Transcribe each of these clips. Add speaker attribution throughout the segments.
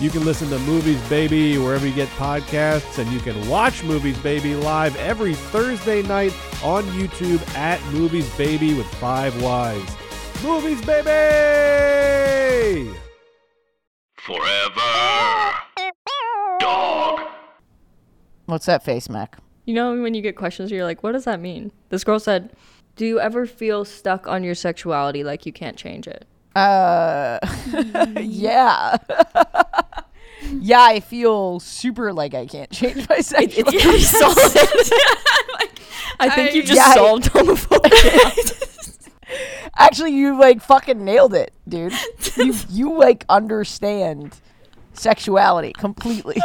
Speaker 1: You can listen to Movies Baby wherever you get podcasts, and you can watch Movies Baby live every Thursday night on YouTube at Movies Baby with Five Wives. Movies Baby!
Speaker 2: Forever. Dog.
Speaker 3: What's that face, Mac?
Speaker 4: You know when you get questions where you're like, what does that mean? This girl said, Do you ever feel stuck on your sexuality like you can't change it?
Speaker 3: Uh, yeah. yeah, I feel super like I can't change my sexuality.
Speaker 4: pretty solid. like, I think you just
Speaker 3: Yeah, I-
Speaker 4: solved homophobia.
Speaker 3: Actually, you like fucking nailed it, dude. You you like understand sexuality completely.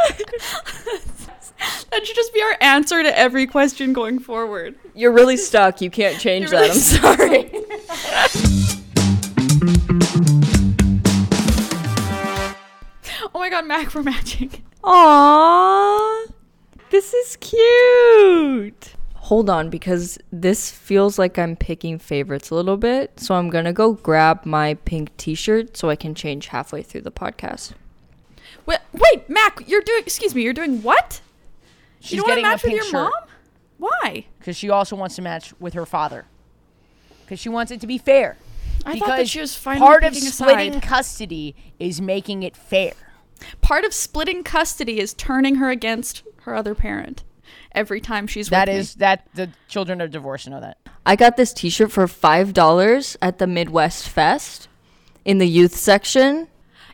Speaker 5: That should just be our answer to every question going forward.
Speaker 4: you're really stuck. You can't change
Speaker 5: You're
Speaker 4: that. I'm sorry.
Speaker 5: Oh my god, Mac, we're matching.
Speaker 4: Aww. This is cute. Hold on, because this feels like I'm picking favorites a little bit. So I'm going to go grab my pink t shirt so I can change halfway through the podcast.
Speaker 5: Wait, wait, Mac, you're doing. Excuse me, you're doing what?
Speaker 3: She's
Speaker 5: You don't want to
Speaker 3: getting
Speaker 5: match
Speaker 3: a
Speaker 5: with
Speaker 3: pink
Speaker 5: your
Speaker 3: shirt
Speaker 5: mom? Why?
Speaker 3: because she also wants to match with her father because she wants it to be fair.
Speaker 5: I
Speaker 3: because
Speaker 5: thought that she was finally
Speaker 3: part of
Speaker 5: picking a
Speaker 3: splitting
Speaker 5: side.
Speaker 3: custody is making it fair.
Speaker 5: Part of splitting custody is turning her against her other parent every time she's
Speaker 3: That
Speaker 5: with me.
Speaker 3: is that the children of divorce know that.
Speaker 4: I got this t shirt for $5 at the Midwest Fest in the youth section.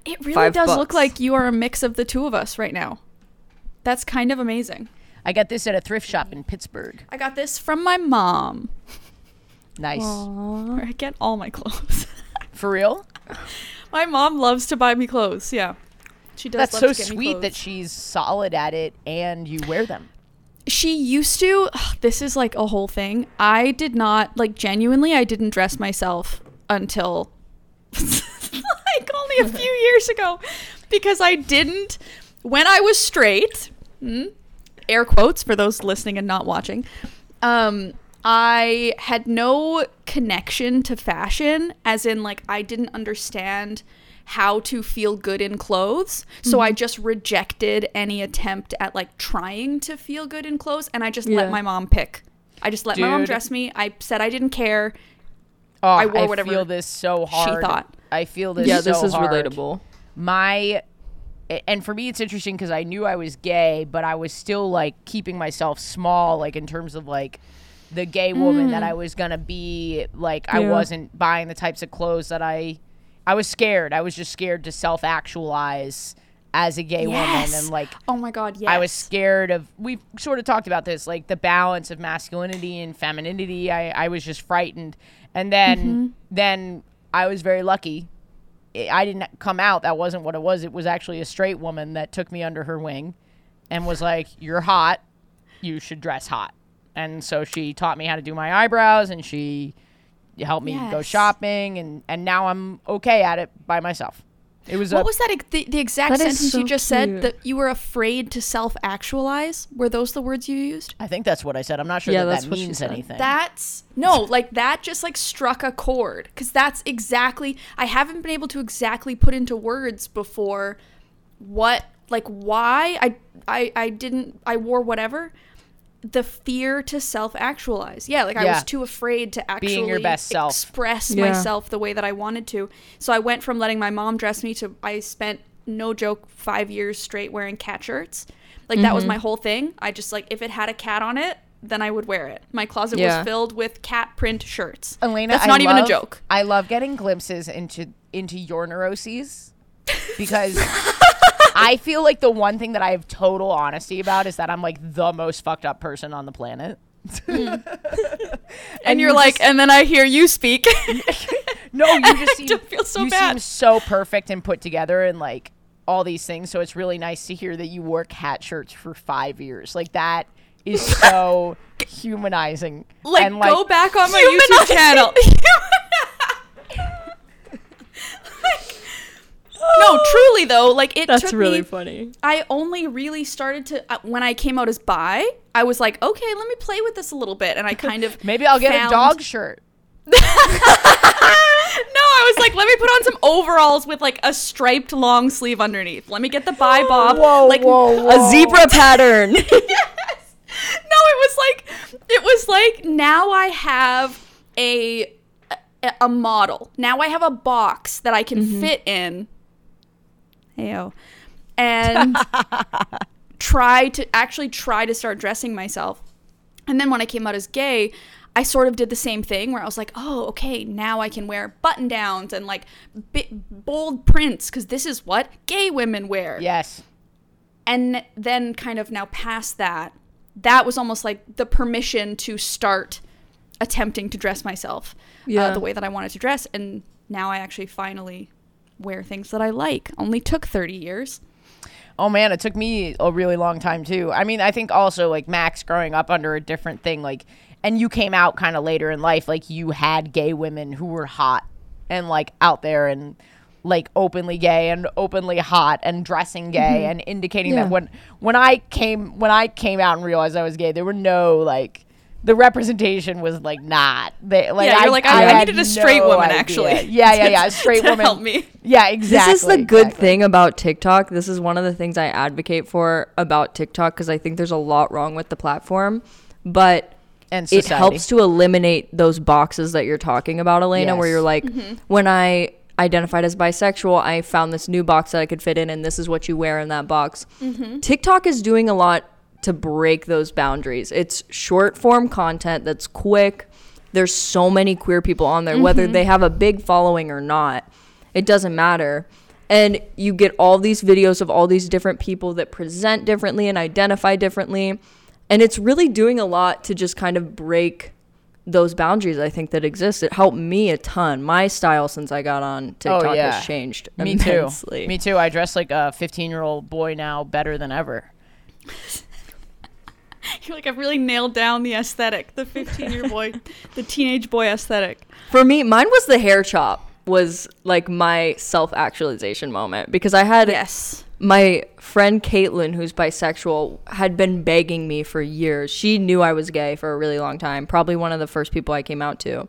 Speaker 5: It really
Speaker 4: Five
Speaker 5: does look
Speaker 4: bucks.
Speaker 5: like you are a mix of the two of us right now. That's kind of amazing.
Speaker 3: I got this at a thrift shop in Pittsburgh.
Speaker 5: I got this from my mom,
Speaker 3: Nice.
Speaker 5: where I get all my clothes.
Speaker 3: For real?
Speaker 5: my mom loves to buy me clothes. Yeah, she does.
Speaker 3: That's
Speaker 5: love
Speaker 3: so
Speaker 5: to get me
Speaker 3: sweet that
Speaker 5: clothes.
Speaker 3: she's solid at it and you wear them.
Speaker 5: she used to this is like a whole thing i did not like genuinely i didn't dress myself until like only a few years ago because i didn't when i was straight hmm, air quotes for those listening and not watching um i had no connection to fashion as in like i didn't understand how to feel good in clothes. So
Speaker 3: Mm-hmm.
Speaker 5: I just rejected any attempt at like trying to feel good in clothes and I just
Speaker 4: Yeah.
Speaker 5: let my mom pick. I just let my mom
Speaker 3: Dude.
Speaker 5: dress me. I said I didn't care.
Speaker 3: Oh,
Speaker 5: I wore whatever
Speaker 3: feel this so hard.
Speaker 5: thought.
Speaker 3: I feel this.
Speaker 4: yeah, this
Speaker 3: so
Speaker 4: is
Speaker 3: hard.
Speaker 4: relatable.
Speaker 3: My, and for me, it's interesting because I knew I was gay, but I was still like keeping myself small, like in terms of like the gay woman
Speaker 5: Mm.
Speaker 3: that I was gonna be. Like I
Speaker 4: Yeah.
Speaker 3: wasn't buying the types of clothes that I. I was scared. I was just scared to self actualize as a gay woman and like
Speaker 5: Oh my god, yes.
Speaker 3: I was scared of. We've sort of talked about this, like the balance of masculinity and femininity. I, I was just frightened, and then then I was very lucky. I I didn't come out. That wasn't what it was. It was actually a straight woman that took me under her wing, and was like, "You're hot. You should dress hot." And so she taught me how to do my eyebrows, and she helped me go
Speaker 5: Yes.
Speaker 3: shopping, and and now I'm okay at it by myself. It was a
Speaker 5: What was that ex- the, the exact
Speaker 4: That is
Speaker 5: sentence
Speaker 4: so
Speaker 5: you just
Speaker 4: cute.
Speaker 5: said that you were afraid to self-actualize? Were those the words you used?
Speaker 3: I think that's what I said. I'm not sure
Speaker 4: Yeah,
Speaker 3: that
Speaker 4: that's
Speaker 3: that
Speaker 4: what she
Speaker 3: means
Speaker 4: said.
Speaker 3: anything.
Speaker 5: That's no, like that just like struck a chord because that's exactly I haven't been able to exactly put into words before what like why I I I didn't I wore whatever the fear to self actualize. Yeah, like I
Speaker 3: Yeah.
Speaker 5: was too afraid to actually
Speaker 3: your best self.
Speaker 5: express
Speaker 4: Yeah.
Speaker 5: myself the way that I wanted to. So I went from letting my mom dress me to I spent no joke 5 years straight wearing cat shirts. Like that
Speaker 4: Mm-hmm.
Speaker 5: was my whole thing. I just like if it had a cat on it, then I would wear it. My closet
Speaker 4: Yeah.
Speaker 5: was filled with cat print shirts.
Speaker 3: Elena,
Speaker 5: that's
Speaker 3: I
Speaker 5: not even
Speaker 3: love-
Speaker 5: a joke.
Speaker 3: I love getting glimpses into into your neuroses because I feel like the one thing that I have total honesty about is that I'm like the most fucked up person on the planet.
Speaker 5: and you're like, and then I hear you speak.
Speaker 3: No, you just seem,
Speaker 5: don't feel so
Speaker 3: you seem
Speaker 5: bad.
Speaker 3: so perfect and put together and like all these things. So it's really nice to hear that you wore cat shirts for five years. Like that is so humanizing.
Speaker 5: like,
Speaker 3: and,
Speaker 5: go back on my YouTube
Speaker 3: humanizing.
Speaker 5: channel. no, truly though, like it
Speaker 4: That's
Speaker 5: took
Speaker 4: really
Speaker 5: me
Speaker 4: funny.
Speaker 5: I only really started to uh, when I came out as bi. I was like, okay, let me play with this a little bit, and I kind of
Speaker 3: Maybe I'll get
Speaker 5: found-
Speaker 3: a dog shirt.
Speaker 5: No, I was like, let me put on some overalls with like a striped long sleeve underneath. Let me get the bi bob. like,
Speaker 4: A zebra pattern.
Speaker 5: No, it was like it was like now I have a a, a model. Now I have a box that I can fit in. Heyo. And try to actually try to start dressing myself. And then when I came out as gay, I sort of did the same thing where I was like, oh, okay, now I can wear button downs and like bi- bold prints because this is what gay women wear
Speaker 3: Yes.
Speaker 5: and then kind of now past that that was almost like the permission to start attempting to dress myself
Speaker 4: Yeah.
Speaker 5: uh, the way that i wanted to dress and now i actually finally wear things that i like only took 30 years
Speaker 3: Oh man, it took me a really long time too. I mean, I think also like Max growing up under a different thing, like, and you came out kind of later in life, like you had gay women who were hot and like out there and like openly gay and openly hot and dressing gay
Speaker 5: Mm-hmm.
Speaker 3: and indicating
Speaker 4: Yeah.
Speaker 3: that when when I came when I came out and realized I was gay, there were no like the representation was like not they like
Speaker 5: Yeah, you're
Speaker 3: I,
Speaker 5: like, I- I
Speaker 3: had
Speaker 5: needed a straight
Speaker 3: no
Speaker 5: woman,
Speaker 3: idea.
Speaker 5: actually,
Speaker 3: yeah yeah yeah a straight
Speaker 5: to
Speaker 3: woman
Speaker 5: help me.
Speaker 3: yeah exactly
Speaker 4: This is the good
Speaker 3: exactly.
Speaker 4: thing about TikTok. This is one of the things I advocate for about TikTok because I think there's a lot wrong with the platform, but
Speaker 3: and
Speaker 4: it
Speaker 3: society.
Speaker 4: helps to eliminate those boxes that you're talking about, Elena, where
Speaker 3: Yes.
Speaker 4: you're like, when I identified as bisexual, I found this new box that I could fit in, and this is what you wear in that box. TikTok is doing a lot to break those boundaries. It's short form content that's quick. There's so many queer people on there, whether they have a big following or not, it doesn't matter. And you get all these videos of all these different people that present differently and identify differently. And it's really doing a lot to just kind of break those boundaries I think that exist. It helped me a ton. My style since I got on TikTok
Speaker 3: Oh, yeah.
Speaker 4: has changed
Speaker 3: Me too.
Speaker 4: immensely.
Speaker 3: Me too. I dress like a 15 year old boy now better than ever.
Speaker 5: you're like i've really nailed down the aesthetic the 15 year boy the teenage boy aesthetic
Speaker 4: For me, mine was the hair chop was like my self actualization moment because I had
Speaker 5: yes
Speaker 4: my friend Caitlin, who's bisexual, had been begging me for years. She knew I was gay for a really long time, probably one of the first people I came out to.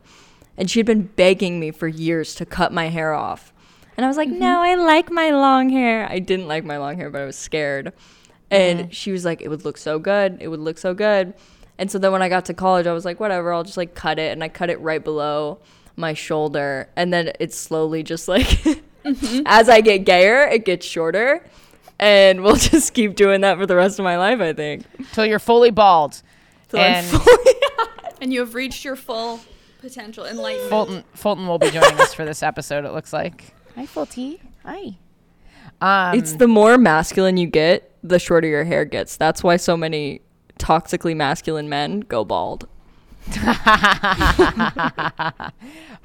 Speaker 4: And she had been begging me for years to cut my hair off. And I was like, no, I like my long hair. I didn't like my long hair, but I was scared. And she was like, it would look so good. It would look so good. And so then when I got to college, I was like, whatever, I'll just like cut it. And I cut it right below my shoulder. And then it slowly just like as I get gayer, it gets shorter. And we'll just keep doing that for the rest of my life, I think.
Speaker 3: Till you're fully bald.
Speaker 4: So I'm
Speaker 3: and
Speaker 4: fully-
Speaker 5: and you have reached your full potential enlightenment
Speaker 3: Fulton Fulton will be joining us for this episode. It looks like. Hi, Fulty. Hi. Um,
Speaker 4: it's the more masculine you get, the shorter your hair gets. That's why so many toxically masculine men go bald.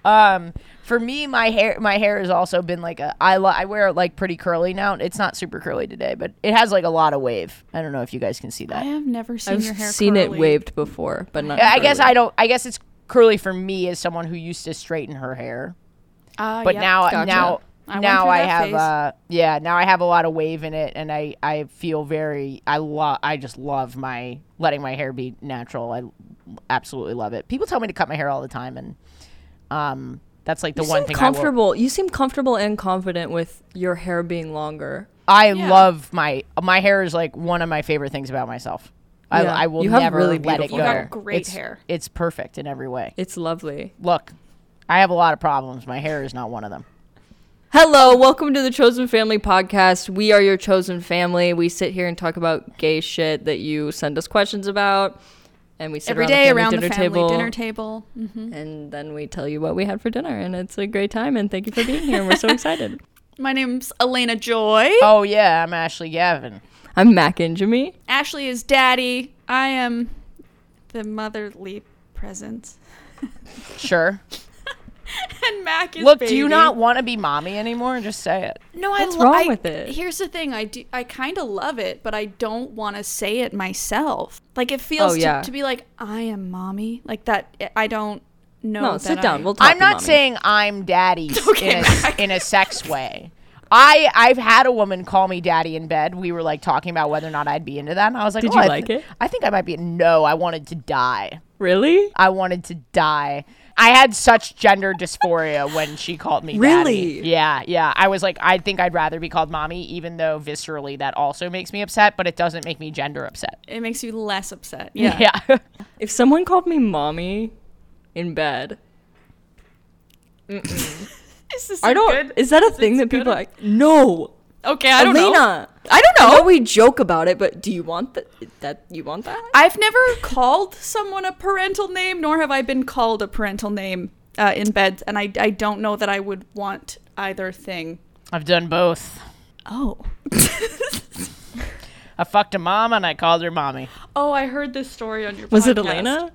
Speaker 3: um for me my hair my hair has also been like a I lo- I wear it like pretty curly now. It's not super curly today, but it has like a lot of wave. I don't know if you guys can see that.
Speaker 5: i have never seen
Speaker 4: I've
Speaker 5: your hair
Speaker 4: seen it
Speaker 5: curly.
Speaker 4: waved before, but not.
Speaker 3: I guess
Speaker 4: curly.
Speaker 3: I don't I guess it's curly for me as someone who used to straighten her hair.
Speaker 5: Ah,
Speaker 3: but
Speaker 5: yep.
Speaker 3: now
Speaker 4: Gotcha.
Speaker 3: now
Speaker 5: I went
Speaker 3: now
Speaker 5: through
Speaker 3: I
Speaker 5: that
Speaker 3: have
Speaker 5: phase.
Speaker 3: uh yeah now I have a lot of wave in it and I I feel very I love I just love my letting my hair be natural I absolutely love it people tell me to cut my hair all the time and um that's like the
Speaker 4: You
Speaker 3: one
Speaker 4: seem
Speaker 3: thing
Speaker 4: comfortable. You seem comfortable and confident with your hair being longer.
Speaker 3: I will, I
Speaker 5: Yeah.
Speaker 3: love my my hair is like one of my favorite things about myself I,
Speaker 4: Yeah.
Speaker 3: I will
Speaker 4: You have
Speaker 3: never
Speaker 4: really
Speaker 3: let it
Speaker 4: beautiful
Speaker 3: go
Speaker 4: hair.
Speaker 5: You've got great
Speaker 3: it's,
Speaker 5: hair.
Speaker 3: it's perfect in every way
Speaker 4: It's lovely.
Speaker 3: look I have a lot of problems my hair is not one of them
Speaker 4: Hello, welcome to the Chosen Family podcast. We are your chosen family. We sit here and talk about gay shit that you send us questions about, and we sit
Speaker 5: every
Speaker 4: around
Speaker 5: day
Speaker 4: the family
Speaker 5: around
Speaker 4: dinner
Speaker 5: the family
Speaker 4: table,
Speaker 5: dinner table
Speaker 4: Mm-hmm. and then we tell you what we had for dinner, and it's a great time. And thank you for being here. and We're so excited.
Speaker 5: My name's Elena Joy.
Speaker 3: Oh yeah, I'm Ashley Gavin.
Speaker 4: I'm Mac and Jimmy.
Speaker 5: Ashley is daddy. I am the motherly presence.
Speaker 3: Sure.
Speaker 5: And Mac is
Speaker 3: Look, do you
Speaker 5: baby.
Speaker 3: not want to be mommy anymore? Just say it.
Speaker 5: No, I
Speaker 4: What's
Speaker 5: lo-
Speaker 4: wrong
Speaker 5: I-
Speaker 4: with it?
Speaker 5: Here's the thing: I do, I kind of love it, but I don't want to say it myself. Like it feels
Speaker 4: Oh, yeah.
Speaker 5: to, to be like I am mommy, like that. eh, I don't know.
Speaker 4: No, Oh,
Speaker 5: that
Speaker 4: sit
Speaker 5: I-
Speaker 4: down. We'll talk.
Speaker 3: I'm
Speaker 4: to
Speaker 3: not
Speaker 4: mommy.
Speaker 3: saying I'm daddy
Speaker 5: Okay,
Speaker 3: in,
Speaker 5: Mac.
Speaker 3: a, in a sex way. I I've had a woman call me daddy in bed. We were like talking about whether or not I'd be into that, and I was like,
Speaker 4: Did
Speaker 3: "Oh,
Speaker 4: you
Speaker 3: I
Speaker 4: like it?"
Speaker 3: I think I might be. No, I wanted to die.
Speaker 4: Really?
Speaker 3: I wanted to die. I had such gender dysphoria when she called me daddy.
Speaker 4: Really?
Speaker 3: Yeah, yeah. I was like, I think I'd rather be called mommy, even though viscerally that also makes me upset, but it doesn't make me gender upset.
Speaker 5: It makes you less upset. Yeah.
Speaker 3: yeah.
Speaker 4: If someone called me mommy in bed,
Speaker 5: Is this
Speaker 4: I don't.
Speaker 5: good?
Speaker 4: Is that a thing
Speaker 5: this
Speaker 4: that people
Speaker 5: good?
Speaker 4: are like? No,
Speaker 5: Okay, I don't
Speaker 4: Elena.
Speaker 5: know.
Speaker 4: I don't know. we joke about it, but do you want that? That you want that?
Speaker 5: I've never called someone a parental name, nor have I been called a parental name uh, in bed, and I I don't know that I would want either thing.
Speaker 3: I've done both.
Speaker 5: Oh.
Speaker 3: I fucked a mom and I called her mommy.
Speaker 5: Oh, I heard this story on your
Speaker 4: Was it
Speaker 5: podcast.
Speaker 4: Elena?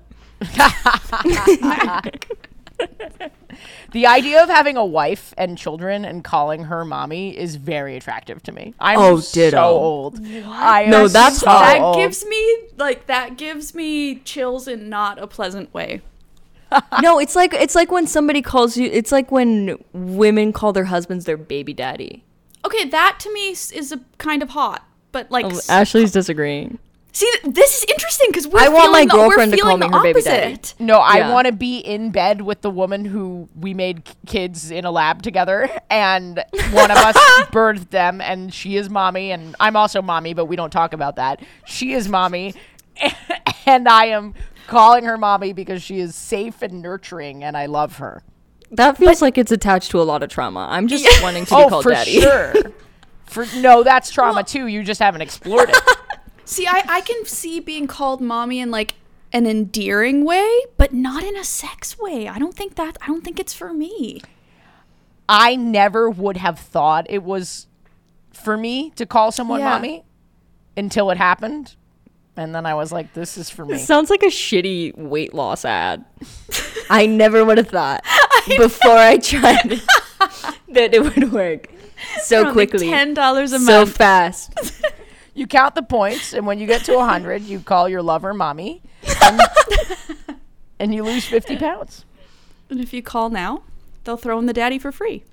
Speaker 3: The idea of having a wife and children and calling her mommy is very attractive to me. I'm
Speaker 4: Oh,
Speaker 3: so
Speaker 4: ditto.
Speaker 3: old. I am
Speaker 4: No, that's
Speaker 3: so
Speaker 4: hot.
Speaker 5: that
Speaker 3: old.
Speaker 5: gives me like that gives me chills in not a pleasant way.
Speaker 4: no, it's like it's like when somebody calls you. It's like when women call their husbands their baby daddy.
Speaker 5: Okay, that to me s- is a kind of hot, but
Speaker 4: Oh,
Speaker 5: like s-
Speaker 4: Ashley's disagreeling.
Speaker 5: see, th- this is interesting because we're
Speaker 4: I want my
Speaker 5: feeling the, we're
Speaker 4: girlfriend to
Speaker 5: feeling
Speaker 4: call me
Speaker 5: the
Speaker 4: her baby
Speaker 5: opposite.
Speaker 4: daddy.
Speaker 3: No, I
Speaker 4: Yeah.
Speaker 3: want to be in bed with the woman who we made k- kids in a lab together, and one of us birthed them, and she is mommy, and I'm also mommy, but we don't talk about that. She is mommy, and I am calling her mommy because she is safe and nurturing, and I love her.
Speaker 4: That feels like it's attached to a lot of trauma. I'm just wanting to be
Speaker 3: oh,
Speaker 4: called
Speaker 3: for
Speaker 4: daddy.
Speaker 3: sure. For no, that's trauma too. You just haven't explored it.
Speaker 5: See, I I can see being called mommy in like an endearing way, but not in a sex way. I don't think that I don't think it's for me.
Speaker 3: I never would have thought it was for me to call someone
Speaker 5: Yeah.
Speaker 3: mommy until it happened. And then I was like, this is for me.
Speaker 4: Sounds like a shitty weight loss ad. I never would have thought before I tried it that it would work so quickly,
Speaker 5: ten dollars a
Speaker 4: so
Speaker 5: month.
Speaker 4: fast.
Speaker 3: you count the points, and when you get to 100, you call your lover mommy. And, and you lose 50 pounds.
Speaker 5: and if you call now, they'll throw in the daddy for free.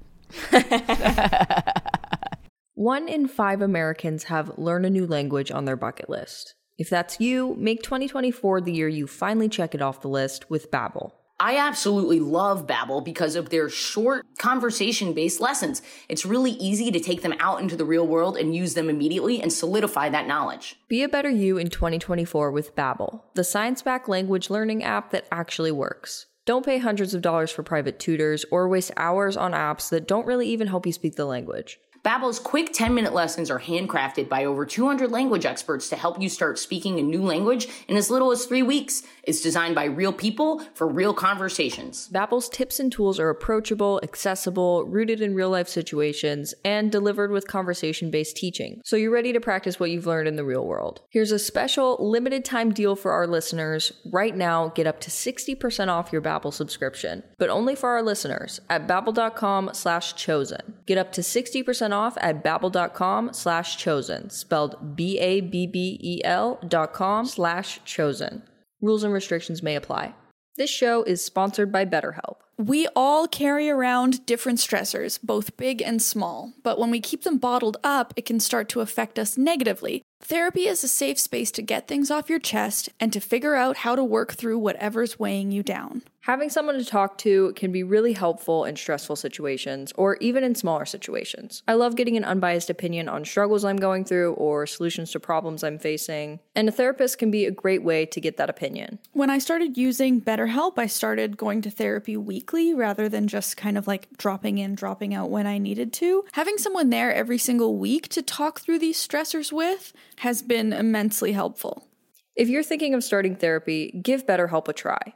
Speaker 4: One in five Americans have learn a new language on their bucket list. If that's you, make 2024 the year you finally check it off the list with Babbel.
Speaker 6: I absolutely love Babbel because of their short conversation-based lessons. It's really easy to take them out into the real world and use them immediately and solidify that knowledge.
Speaker 4: Be a better you in 2024 with Babbel, the science-backed language learning app that actually works. Don't pay hundreds of dollars for private tutors or waste hours on apps that don't really even help you speak the language.
Speaker 6: Babbel's quick 10-minute lessons are handcrafted by over 200 language experts to help you start speaking a new language in as little as 3 weeks. It's designed by real people for real conversations.
Speaker 4: Babbel's tips and tools are approachable, accessible, rooted in real-life situations, and delivered with conversation-based teaching. So you're ready to practice what you've learned in the real world. Here's a special limited-time deal for our listeners. Right now, get up to 60% off your Babbel subscription, but only for our listeners at babbel.com slash chosen. Get up to 60% off at babbel.com slash chosen, spelled B-A-B-B-E-L E dot com slash chosen. Rules and restrictions may apply. This show is sponsored by BetterHelp.
Speaker 5: We all carry around different stressors, both big and small, but when we keep them bottled up, it can start to affect us negatively. Therapy is a safe space to get things off your chest and to figure out how to work through whatever's weighing you down.
Speaker 4: Having someone to talk to can be really helpful in stressful situations or even in smaller situations. I love getting an unbiased opinion on struggles I'm going through or solutions to problems I'm facing, and a therapist can be a great way to get that opinion.
Speaker 5: When I started using BetterHelp, I started going to therapy weekly rather than just kind of like dropping in, dropping out when I needed to. Having someone there every single week to talk through these stressors with has been immensely helpful.
Speaker 4: If you're thinking of starting therapy, give BetterHelp a try.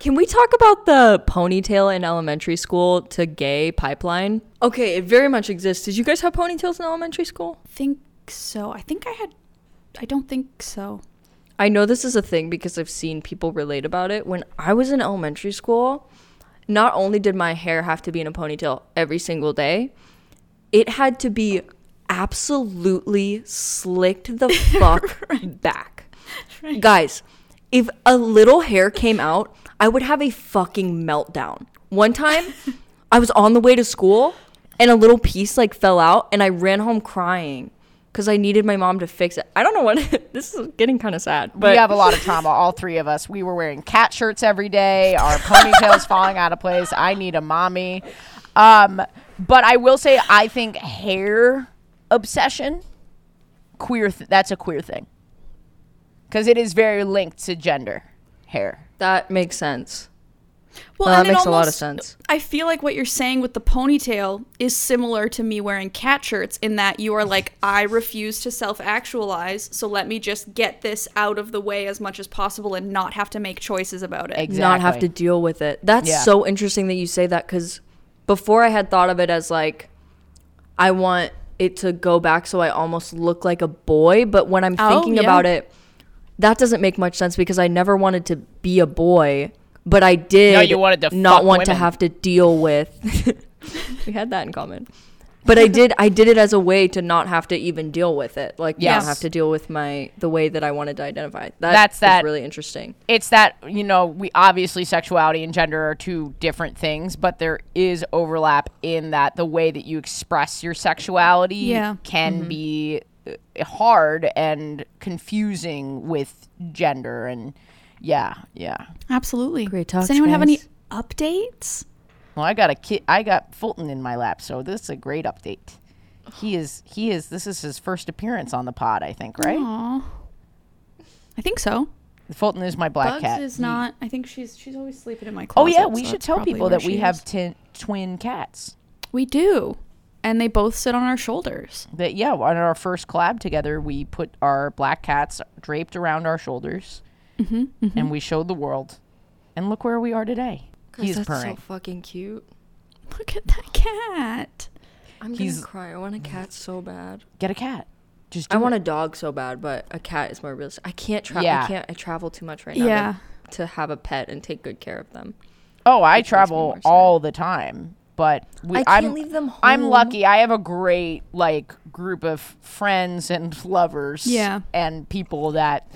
Speaker 4: Can we talk about the ponytail in elementary school to gay pipeline? Okay, it very much exists. Did you guys have ponytails in elementary school?
Speaker 5: think so. I think I had, I don't think so.
Speaker 4: I know this is a thing because I've seen people relate about it. When I was in elementary school, not only did my hair have to be in a ponytail every single day, it had to be absolutely slicked the fuck back. Guys, if a little hair came out, I would have a fucking meltdown. One time, I was on the way to school and a little piece like fell out and I ran home crying because I needed my mom to fix it. I don't know what this is getting kind of sad, but
Speaker 3: we have a lot of trauma, all three of us. We were wearing cat shirts every day, our ponytails falling out of place. I need a mommy. Um, but I will say, I think hair obsession, queer. Th- that's a queer thing because it is very linked to gender. Hair.
Speaker 4: that makes sense.
Speaker 5: Well,
Speaker 4: that
Speaker 5: and it
Speaker 4: makes a lot of sense.
Speaker 5: I feel like what you're saying with the ponytail is similar to me wearing cat shirts in that you are like, I refuse to self actualize, so let me just get this out of the way as much as possible and not have to make choices about it.
Speaker 3: Exactly.
Speaker 4: not have to deal with it. That's
Speaker 3: Yeah.
Speaker 4: so interesting that you say that because before I had thought of it as like, I want it to go back so I almost look like a boy. But when I'm
Speaker 5: Oh,
Speaker 4: thinking
Speaker 5: yeah.
Speaker 4: about it, that doesn't make much sense because I never wanted to be a boy, but I did
Speaker 3: you wanted to
Speaker 4: not
Speaker 3: fuck
Speaker 4: want to
Speaker 3: women.
Speaker 4: have to deal with. we had that in common. But I did I did it as a way to not have to even deal with it. Like
Speaker 3: Yes.
Speaker 4: not have to deal with my the way that I wanted to identify. That
Speaker 3: That's
Speaker 4: is
Speaker 3: that-
Speaker 4: really interesting.
Speaker 3: it's that you know we obviously sexuality and gender are two different things but there is overlap in that the way that you express your sexuality
Speaker 5: Yeah. Mm-hmm.
Speaker 3: can be uh, hard and confusing with gender and yeah yeah
Speaker 5: Absolutely.
Speaker 4: Great
Speaker 5: Does
Speaker 4: talks,
Speaker 5: anyone have any
Speaker 4: guys.
Speaker 5: updates?
Speaker 3: well i got a kid i got fulton in my lap so this is a great update he is he is this is his first appearance on the pod i think right
Speaker 5: Oh. I think so.
Speaker 3: fulton is my black
Speaker 5: Bugs
Speaker 3: cat
Speaker 5: is
Speaker 3: He-
Speaker 5: not. I think she's she's always sleeping in my
Speaker 3: oh
Speaker 5: closet.
Speaker 3: yeah we
Speaker 5: so
Speaker 3: should
Speaker 5: that's
Speaker 3: tell
Speaker 5: probably
Speaker 3: people
Speaker 5: where
Speaker 3: that we
Speaker 5: she
Speaker 3: have
Speaker 5: is.
Speaker 3: tin twin cats
Speaker 5: we do, and they both sit on our shoulders.
Speaker 3: that yeah on our first collab together we put our black cats draped around our shoulders
Speaker 4: Mm-hmm,
Speaker 3: and we showed the world and look where we are today he's
Speaker 4: that's
Speaker 3: purring
Speaker 4: so fucking cute.
Speaker 5: Look at that cat.
Speaker 4: I'm
Speaker 3: He's-
Speaker 4: gonna cry. I want a cat so bad.
Speaker 3: get a cat just do
Speaker 4: I want
Speaker 3: it.
Speaker 4: a dog so bad, but a cat is more realistic. I can't travel.
Speaker 3: Yeah.
Speaker 4: I can't. I travel too much right now.
Speaker 5: Yeah.
Speaker 4: To, to have a pet and take good care of them.
Speaker 3: oh i
Speaker 4: me
Speaker 3: travel
Speaker 4: more sad.
Speaker 3: all the time but we,
Speaker 4: I
Speaker 3: I'm,
Speaker 4: can't leave them
Speaker 3: I'm
Speaker 4: home.
Speaker 3: lucky i have a great like group of friends and lovers
Speaker 5: Yeah.
Speaker 3: and people that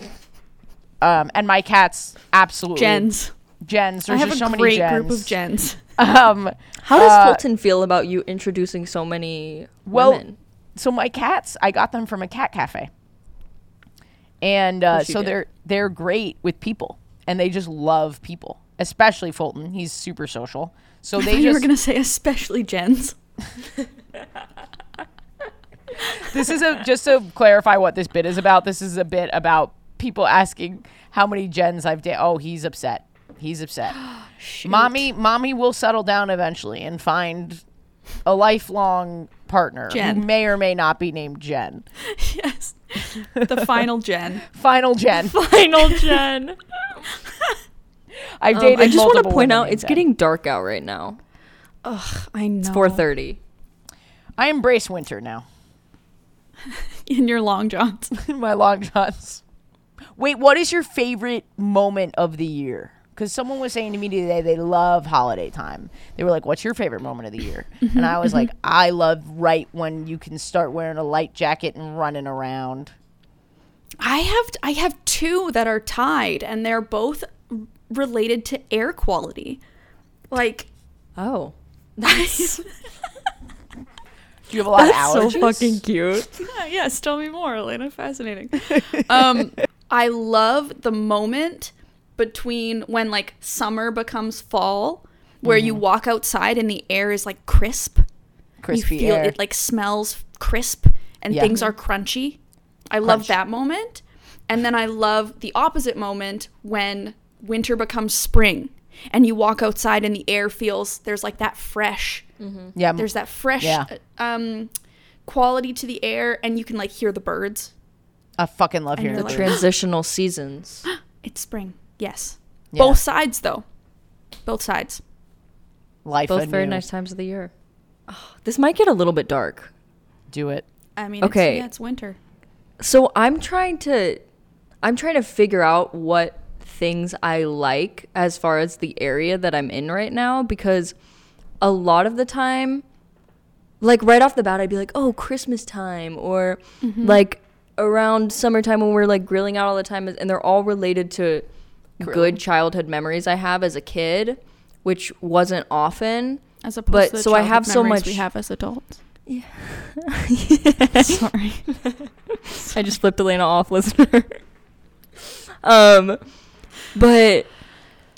Speaker 3: um and my cats absolutely
Speaker 5: Jens.
Speaker 3: jens
Speaker 5: I
Speaker 3: there's
Speaker 5: have a
Speaker 3: just so
Speaker 5: great
Speaker 3: many
Speaker 5: group of Jens.
Speaker 3: um
Speaker 4: How does Fulton feel about you introducing so many
Speaker 3: Well,
Speaker 4: women?
Speaker 3: so my cats, I got them from a cat cafe, and uh,
Speaker 4: you
Speaker 3: so
Speaker 4: did.
Speaker 3: they're they're great with people, and they just love people, especially Fulton. He's super social, so they
Speaker 5: you were
Speaker 3: just
Speaker 5: gonna say especially Jens.
Speaker 3: this is a just to clarify what this bit is about. This is a bit about people asking how many gens I've dated. Oh, he's upset. He's upset. mommy, mommy will settle down eventually and find a lifelong partner who
Speaker 5: Jen.
Speaker 3: may or may not be named Jen.
Speaker 5: Yes. The final Jen.
Speaker 3: Final Jen.
Speaker 4: Final Jen.
Speaker 3: I've dated.
Speaker 4: Um, I just want to
Speaker 3: multiple
Speaker 4: point
Speaker 3: women
Speaker 4: out
Speaker 3: named
Speaker 4: it's
Speaker 3: Jen.
Speaker 4: getting dark out right now.
Speaker 5: I know. It's
Speaker 4: 4:30.
Speaker 3: I embrace winter now.
Speaker 5: in your long johns.
Speaker 3: My long johns. Wait, what is your favorite moment of the year? Because someone was saying to me today they love holiday time. They were like, "What's your favorite moment of the year?" and I was like, "I love right when you can start wearing a light jacket and running around."
Speaker 5: I have I have two that are tied and they're both related to air quality. Like
Speaker 4: Oh,
Speaker 3: Do you have a lot of
Speaker 4: so
Speaker 3: allergies?
Speaker 4: fucking cute.
Speaker 5: yes, tell me more, Elena. Fascinating. um I love the moment between when like summer becomes fall where you walk outside and the air is like crisp.
Speaker 3: Crispy
Speaker 5: you feel
Speaker 3: air.
Speaker 5: it like smells crisp and
Speaker 3: Yeah.
Speaker 5: things are crunchy. I love
Speaker 3: Crunch.
Speaker 5: that moment. And then I love the opposite moment when winter becomes spring and you walk outside and the air feels there's like that fresh
Speaker 4: Mm.
Speaker 3: Yeah.
Speaker 5: there's that fresh
Speaker 3: Yeah.
Speaker 5: uh, um quality to the air and you can like hear the birds.
Speaker 3: I fucking love hearing
Speaker 5: you're
Speaker 3: that.
Speaker 5: like-
Speaker 4: Transitional seasons.
Speaker 5: It's spring. Yes.
Speaker 3: Yeah.
Speaker 5: Both sides though. Both sides.
Speaker 3: Life
Speaker 4: Both
Speaker 3: anew.
Speaker 4: very nice times of the year. Oh, this might get a little bit dark.
Speaker 3: Do it.
Speaker 5: I mean, it's-
Speaker 4: Okay.
Speaker 5: yeah, it's winter.
Speaker 4: So I'm trying to I'm trying to figure out what things I like as far as the area that I'm in right now because a lot of the time like right off the bat I'd be like, "Oh, Christmas time" or like around summertime when we're like grilling out all the time and they're all related to good childhood memories I have as a kid, which wasn't often.
Speaker 5: As opposed
Speaker 4: But-
Speaker 5: to the
Speaker 4: so I
Speaker 5: childhood
Speaker 4: have so
Speaker 5: memories
Speaker 4: much-
Speaker 5: we have as adults.
Speaker 4: Sorry. I just flipped Elena off, listener. um, but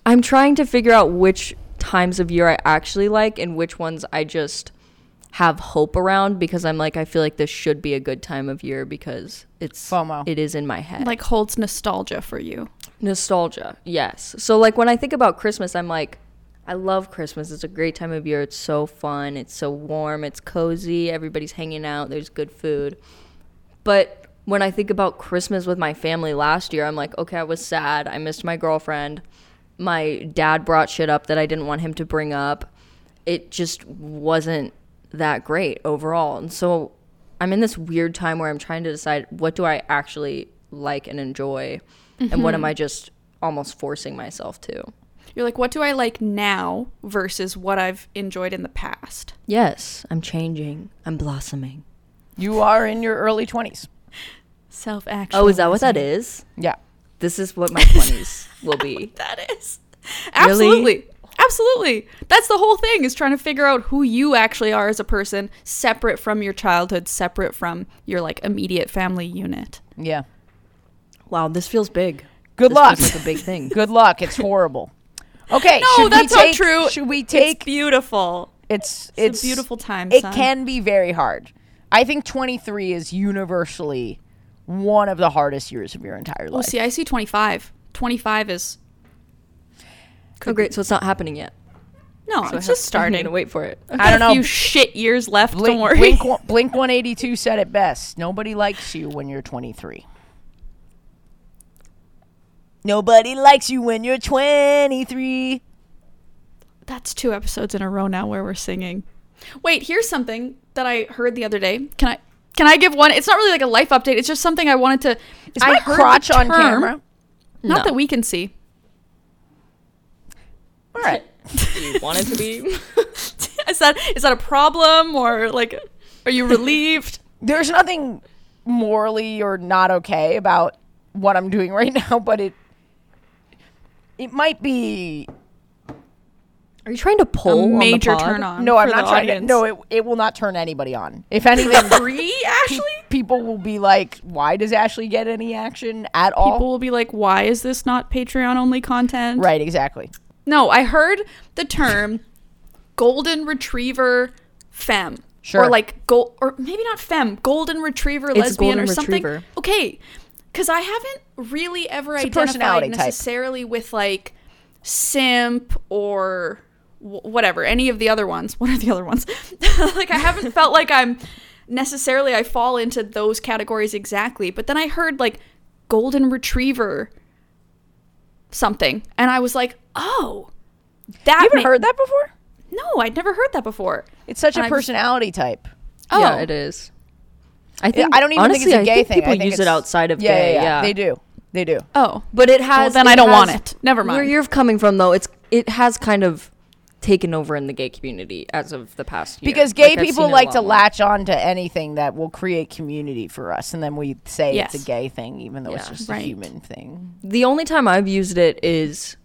Speaker 4: I'm trying to figure out which times of year I actually like and which ones I just have hope around because I'm like I feel like this should be a good time of year because it's
Speaker 3: FOMO.
Speaker 4: it is in my head.
Speaker 5: Like holds nostalgia for you.
Speaker 4: Nostalgia, yes. So like when I think about Christmas, I'm like, I love Christmas. It's a great time of year. It's so fun. It's so warm. It's cozy. Everybody's hanging out. There's good food. But when I think about Christmas with my family last year, I'm like, okay, I was sad. I missed my girlfriend. My dad brought shit up that I didn't want him to bring up. It just wasn't that great overall. And so I'm in this weird time where I'm trying to decide what do I actually like and enjoy and what am I just almost forcing myself to.
Speaker 5: You're like, what do I like now versus what I've enjoyed in the past?
Speaker 4: Yes, I'm changing. I'm blossoming.
Speaker 3: You are in your early 20s.
Speaker 5: Self action.
Speaker 4: Oh, is that what that is?
Speaker 3: Yeah.
Speaker 4: This is what my 20s will be.
Speaker 5: that is? Absolutely. Absolutely. That's the whole thing is trying to figure out who you actually are as a person, separate from your childhood, separate from your like immediate family unit.
Speaker 3: Yeah.
Speaker 4: Wow, this feels big.
Speaker 3: Good
Speaker 4: This
Speaker 3: luck.
Speaker 4: feels like a big thing.
Speaker 3: Good luck. It's horrible. Okay.
Speaker 5: No,
Speaker 3: should we
Speaker 5: that's not
Speaker 3: take-
Speaker 5: true.
Speaker 3: Should we
Speaker 5: It's
Speaker 3: take
Speaker 5: beautiful.
Speaker 3: it's it's,
Speaker 5: a beautiful time,
Speaker 3: It
Speaker 5: son.
Speaker 3: can be very hard. I think 23 is universally one of the hardest years of your entire
Speaker 5: Oh,
Speaker 3: life.
Speaker 5: see, I see 25. 25 is
Speaker 4: Oh, great. So it's not happening yet.
Speaker 5: no, it's
Speaker 4: I'm
Speaker 5: just
Speaker 4: gonna
Speaker 5: starting.
Speaker 4: wait for it.
Speaker 5: I
Speaker 3: don't know.
Speaker 5: A few shit years left.
Speaker 3: Blink,
Speaker 5: don't worry.
Speaker 3: Blink, one- Blink 182 said it best. Nobody likes you when you're 23. Nobody likes you when you're 23.
Speaker 5: That's two episodes in a row now where we're singing. Wait, here's something that I heard the other day. Can I can I give one? It's not really like a life update. It's just something I wanted to.
Speaker 3: Is my
Speaker 5: I heard the
Speaker 3: crotch on
Speaker 5: term-
Speaker 3: camera?
Speaker 5: Not
Speaker 4: No.
Speaker 5: that we can see.
Speaker 3: All right.
Speaker 4: You want it to be?
Speaker 5: Is that is that a problem or like, are you relieved?
Speaker 3: There's nothing morally or not okay about what I'm doing right now, but it it might be
Speaker 4: Are you trying to pull Oh, on the
Speaker 5: Major
Speaker 4: pod?
Speaker 5: turn on.
Speaker 3: no, I'm
Speaker 5: for
Speaker 3: not
Speaker 5: the
Speaker 3: trying to.
Speaker 5: audience.
Speaker 3: No, it, it will not turn anybody on. If anything,
Speaker 5: Free Ashley.
Speaker 3: people will be like, "Why does Ashley get any action at all?"
Speaker 5: People will be like, why is this not Patreon only content?
Speaker 3: right? Exactly.
Speaker 5: No, I heard the term golden retriever femme.
Speaker 3: Sure.
Speaker 5: Or like gold or maybe not femme, golden retriever lesbian
Speaker 4: golden
Speaker 5: or something.
Speaker 4: retriever.
Speaker 5: Okay. Cuz I haven't really ever
Speaker 3: a personality
Speaker 5: identified
Speaker 3: type.
Speaker 5: necessarily with like simp or wh- whatever, any of the other ones. What are the other ones? like I haven't felt like I'm necessarily I fall into those categories exactly, but then I heard like golden retriever something and I was like, "Oh, that
Speaker 3: You haven't
Speaker 5: ma-
Speaker 3: heard that before?
Speaker 5: no, I'd never heard that before.
Speaker 3: It's such
Speaker 5: And
Speaker 3: a
Speaker 5: I just-
Speaker 3: personality type.
Speaker 5: Oh,
Speaker 4: Yeah, it is. I think.
Speaker 3: I don't even
Speaker 4: honestly,
Speaker 3: think it's a
Speaker 4: I
Speaker 3: gay thing.
Speaker 4: People
Speaker 3: I think
Speaker 4: use it
Speaker 3: it's-
Speaker 4: outside of
Speaker 3: yeah,
Speaker 4: gay.
Speaker 3: Yeah, yeah, they do. They do.
Speaker 5: oh,
Speaker 4: But it has.
Speaker 5: then I don't want it. Never
Speaker 4: Where
Speaker 5: mind.
Speaker 4: you're coming from, though, it's it has kind of taken over in the gay community as of the past year.
Speaker 3: Because gay
Speaker 4: I've
Speaker 3: people
Speaker 4: seen it a
Speaker 3: like to
Speaker 4: lot more.
Speaker 3: latch on to anything that will create community for us, and then we say it's
Speaker 5: Yes.
Speaker 3: a gay thing, even though it's just
Speaker 5: right.
Speaker 3: a human thing.
Speaker 4: The only time I've used it is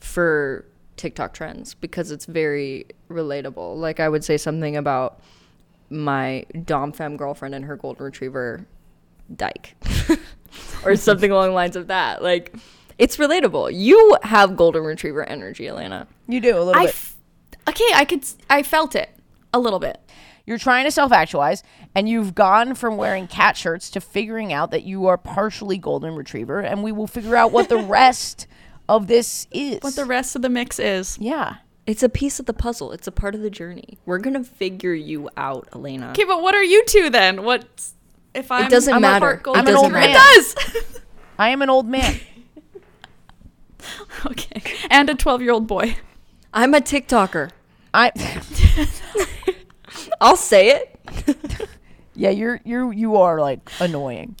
Speaker 4: for TikTok trends because it's very relatable. Like I would say something about my dom femme girlfriend and her golden retriever dyke or something along the lines of that. Like it's relatable. You have golden retriever energy, Elena.
Speaker 3: You do a little
Speaker 5: I
Speaker 3: bit.
Speaker 5: f- okay, I could, s- I felt it a little bit.
Speaker 3: You're trying to self actualize, and you've gone from wearing cat shirts to figuring out that you are partially golden retriever, and we will figure out what the rest of this is.
Speaker 5: What the rest of the mix is.
Speaker 3: yeah.
Speaker 4: It's a piece of the puzzle. It's a part of the journey. We're gonna figure you out, Elena.
Speaker 5: Okay, but what are you two then? What if I'm
Speaker 4: doesn't
Speaker 5: I'm a
Speaker 4: matter.
Speaker 5: heart
Speaker 4: It
Speaker 5: golden
Speaker 3: doesn't matter.
Speaker 5: retriever? It does.
Speaker 3: I am an old man.
Speaker 5: okay. And a 12-year-old boy.
Speaker 4: I'm a TikToker.
Speaker 3: I
Speaker 4: I'll say it.
Speaker 3: yeah, you're you're you are like annoying.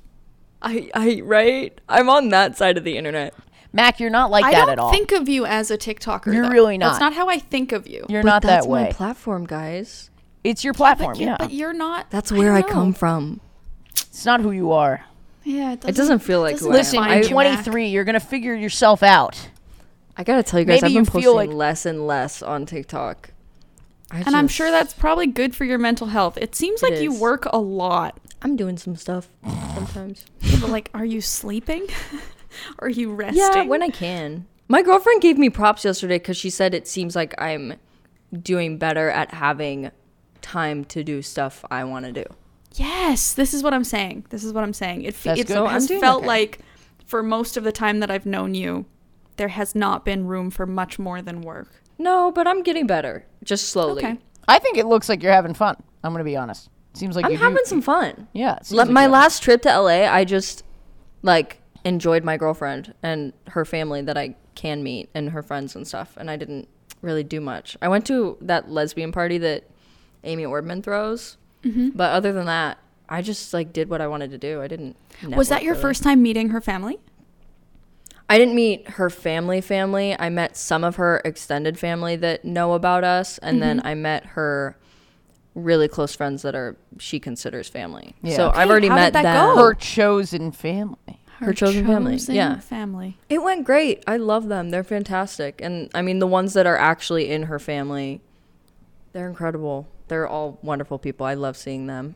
Speaker 4: I, I, right? I'm on that side of the internet.
Speaker 3: Mac, you're not like
Speaker 5: I
Speaker 3: that
Speaker 5: don't
Speaker 3: at all.
Speaker 5: think of you as a TikToker.
Speaker 3: You're
Speaker 5: though.
Speaker 3: really not.
Speaker 5: That's not how I think of you.
Speaker 3: you're
Speaker 4: But
Speaker 3: not
Speaker 4: that's
Speaker 3: that
Speaker 4: my
Speaker 3: way.
Speaker 4: platform, guys.
Speaker 3: it's your platform.
Speaker 5: But you-
Speaker 3: yeah.
Speaker 5: But you're not.
Speaker 4: That's where I,
Speaker 5: don't
Speaker 4: come
Speaker 5: know.
Speaker 4: from.
Speaker 3: it's not who you are.
Speaker 5: Yeah, it doesn't,
Speaker 4: It doesn't feel like
Speaker 5: doesn't
Speaker 4: who I
Speaker 5: Listen,
Speaker 3: Listen,
Speaker 4: am.
Speaker 5: define
Speaker 4: I,
Speaker 3: you're
Speaker 5: you, Mac.
Speaker 3: 23. You're gonna figure yourself out.
Speaker 4: I gotta tell you guys,
Speaker 3: Maybe
Speaker 4: I've
Speaker 3: you
Speaker 4: been
Speaker 3: feel
Speaker 4: posting
Speaker 3: like-
Speaker 4: less and less on TikTok. I
Speaker 5: and I'm
Speaker 4: just-
Speaker 5: sure that's probably good for your mental health. It seems like you
Speaker 4: is.
Speaker 5: work a lot.
Speaker 4: I'm doing some stuff sometimes.
Speaker 5: But like, are you sleeping? are you resting?
Speaker 4: Yeah, when I can. My girlfriend gave me props yesterday because she said it seems like I'm doing better at having time to do stuff I want to do.
Speaker 5: yes, this is what I'm saying. This is what I'm saying. It, fe-
Speaker 3: That's
Speaker 5: it
Speaker 3: good. So
Speaker 4: I'm
Speaker 5: has
Speaker 4: doing
Speaker 5: felt
Speaker 4: okay.
Speaker 5: like for most of the time that I've known you, there has not been room for much more than work.
Speaker 4: No, but I'm getting better, just slowly.
Speaker 5: Okay.
Speaker 3: I think it looks like you're having fun. I'm gonna be honest. Seems like
Speaker 4: I'm
Speaker 3: you do-
Speaker 4: having some fun.
Speaker 3: Yeah. it seems
Speaker 4: Let
Speaker 3: like
Speaker 4: my
Speaker 3: you-
Speaker 4: last trip to LA, I just like enjoyed my girlfriend and her family that I can meet and her friends and stuff, and I didn't really do much. I went to that lesbian party that Amy Ordman throws,
Speaker 5: Mm-hmm.
Speaker 4: but other than that, I just like did what I wanted to do. I didn't.
Speaker 5: Was
Speaker 4: network
Speaker 5: that your
Speaker 4: really.
Speaker 5: first time meeting her family?
Speaker 4: I didn't meet her family family. I met some of her extended family that know about us and then
Speaker 5: Mm-hmm.
Speaker 4: I met her really close friends that are she considers family.
Speaker 3: Yeah.
Speaker 4: So I've
Speaker 5: Okay,
Speaker 4: already
Speaker 5: how
Speaker 4: met
Speaker 5: did that
Speaker 4: them.
Speaker 5: go?
Speaker 3: her chosen family.
Speaker 4: Her chosen family, yeah.
Speaker 5: family.
Speaker 4: It went great. I love them. They're fantastic. And I mean the ones that are actually in her family, they're incredible. They're all wonderful people. I love seeing them.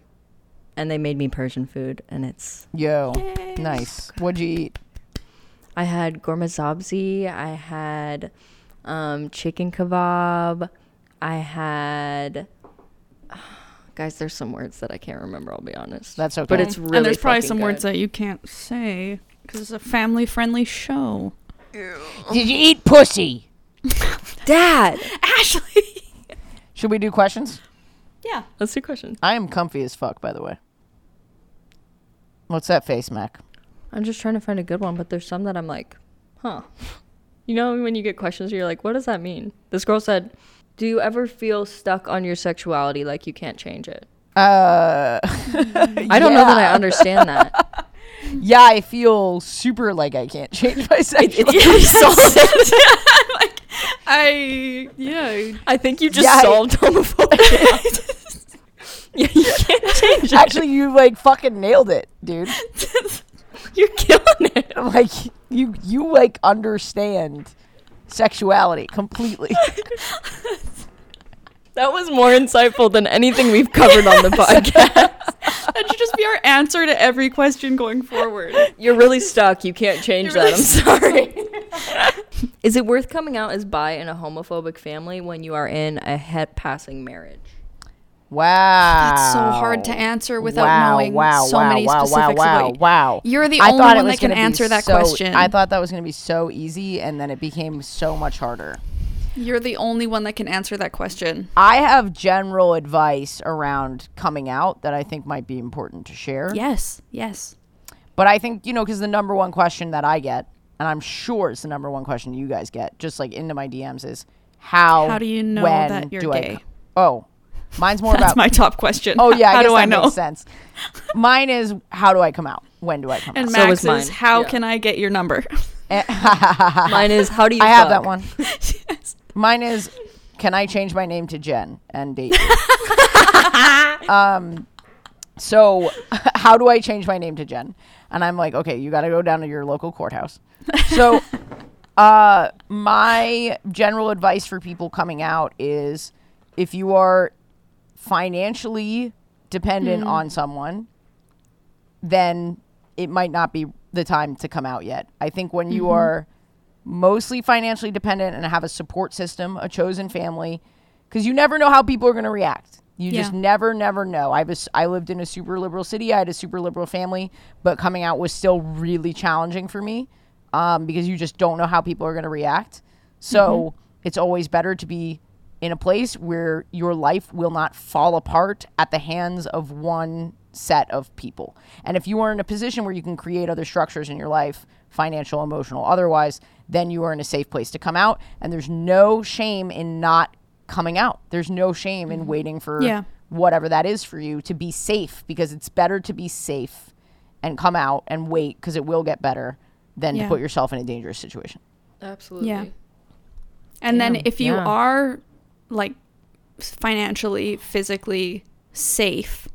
Speaker 4: And they made me Persian food and it's
Speaker 3: Yo, nice. What'd you eat?
Speaker 4: I had gormazabzi. I had um, chicken kebab. I had. Guys, there's some words that I can't remember. I'll be honest.
Speaker 3: That's okay.
Speaker 4: But it's really.
Speaker 5: and there's probably
Speaker 4: fucking
Speaker 5: some
Speaker 4: good.
Speaker 5: words that you can't say because it's a family-friendly show.
Speaker 3: Did you eat pussy?
Speaker 4: Dad.
Speaker 5: Ashley.
Speaker 3: Should we do questions?
Speaker 5: yeah.
Speaker 4: That's your question.
Speaker 3: I am comfy as fuck, by the way. What's that face, Mac?
Speaker 4: I'm just trying to find a good one, but there's some that I'm like, huh. You know, when you get questions, you're like, what does that mean? This girl said, "Do you ever feel stuck on your sexuality, like you can't change it?"
Speaker 3: Uh,
Speaker 4: I don't know that I understand that.
Speaker 3: yeah, I feel super like I can't change my sex.
Speaker 5: I yeah.
Speaker 4: I think you just
Speaker 3: Yeah, I-
Speaker 4: solved homophobia. yeah, you can't change it.
Speaker 3: Actually, you like fucking nailed it, dude.
Speaker 4: You're killing it.
Speaker 3: Like you, you like understand sexuality completely.
Speaker 4: That was more insightful than anything we've covered on the podcast.
Speaker 5: That should just be our answer to every question going forward.
Speaker 4: You're really stuck. You can't change
Speaker 5: You're
Speaker 4: that. I'm sorry. Is it worth coming out as bi in a homophobic family when you are in a head passing marriage?
Speaker 3: Wow,
Speaker 5: That's so hard to answer without
Speaker 3: wow,
Speaker 5: knowing
Speaker 3: wow,
Speaker 5: so
Speaker 3: wow,
Speaker 5: many
Speaker 3: wow,
Speaker 5: specifics.
Speaker 3: Wow,
Speaker 5: about
Speaker 3: wow,
Speaker 5: you.
Speaker 3: wow.
Speaker 5: You're the
Speaker 3: I
Speaker 5: only
Speaker 3: thought it
Speaker 5: one
Speaker 3: was
Speaker 5: that can
Speaker 3: gonna be
Speaker 5: answer that
Speaker 3: so-
Speaker 5: question.
Speaker 3: I thought that was going to be so easy, and then it became so much harder.
Speaker 5: You're the only one that can answer that question.
Speaker 3: I have general advice around coming out that I think might be important to share.
Speaker 5: Yes. Yes.
Speaker 3: But I think, you know, because the number one question that I get, and I'm sure it's the number one question you guys get, just like into my DMs, is how
Speaker 5: How do you know
Speaker 3: when
Speaker 5: that you're
Speaker 3: do I
Speaker 5: gay?
Speaker 3: co- oh, mine's more
Speaker 5: That's
Speaker 3: about.
Speaker 5: my top question.
Speaker 3: oh yeah, I
Speaker 5: How
Speaker 3: guess
Speaker 5: do
Speaker 3: that
Speaker 5: I know?
Speaker 3: makes sense. Mine is how do I come out? When do I come
Speaker 5: And
Speaker 3: out?
Speaker 4: So
Speaker 5: Max
Speaker 4: was
Speaker 5: is
Speaker 4: mine.
Speaker 5: how
Speaker 4: Yeah.
Speaker 5: can I get your number?
Speaker 4: Mine is how do you?
Speaker 3: I have
Speaker 4: fuck?
Speaker 3: that one. Mine is can I change my name to Jen and date? you? um, so how do I change my name to Jen? And I'm like, okay, you got to go down to your local courthouse. So uh, my general advice for people coming out is if you are financially dependent on someone, then it might not be the time to come out yet. I think when you are mostly financially dependent and have a support system, a chosen family, because you never know how people are going to react. You just
Speaker 5: Yeah.
Speaker 3: never, never know. I was I lived in a super liberal city. I had a super liberal family, but coming out was still really challenging for me um, because you just don't know how people are going to react. So it's always better to be in a place where your life will not fall apart at the hands of one set of people. And if you are in a position where you can create other structures in your life, financial, emotional, otherwise, then you are in a safe place to come out. And there's no shame in not coming out. There's no shame in waiting for
Speaker 5: Yeah.
Speaker 3: whatever that is for you to be safe because it's better to be safe and come out and wait because it will get better than to
Speaker 5: Yeah.
Speaker 3: put yourself in a dangerous situation.
Speaker 4: Absolutely.
Speaker 5: Yeah. And then if you
Speaker 4: yeah.
Speaker 5: are like financially, physically safe,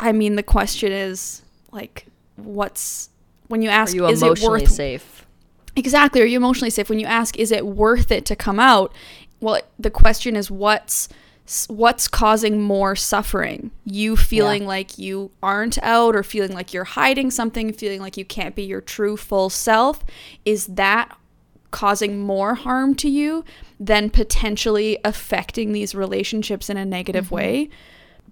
Speaker 5: I mean the question is like what's when you ask
Speaker 4: Are you
Speaker 5: is it
Speaker 4: emotionally
Speaker 5: worth
Speaker 4: safe?
Speaker 5: exactly are you emotionally safe when you ask is it worth it to come out well the question is what's what's causing more suffering you feeling like you aren't out or feeling like you're hiding something feeling like you can't be your true full self is that causing more harm to you than potentially affecting these relationships in a negative way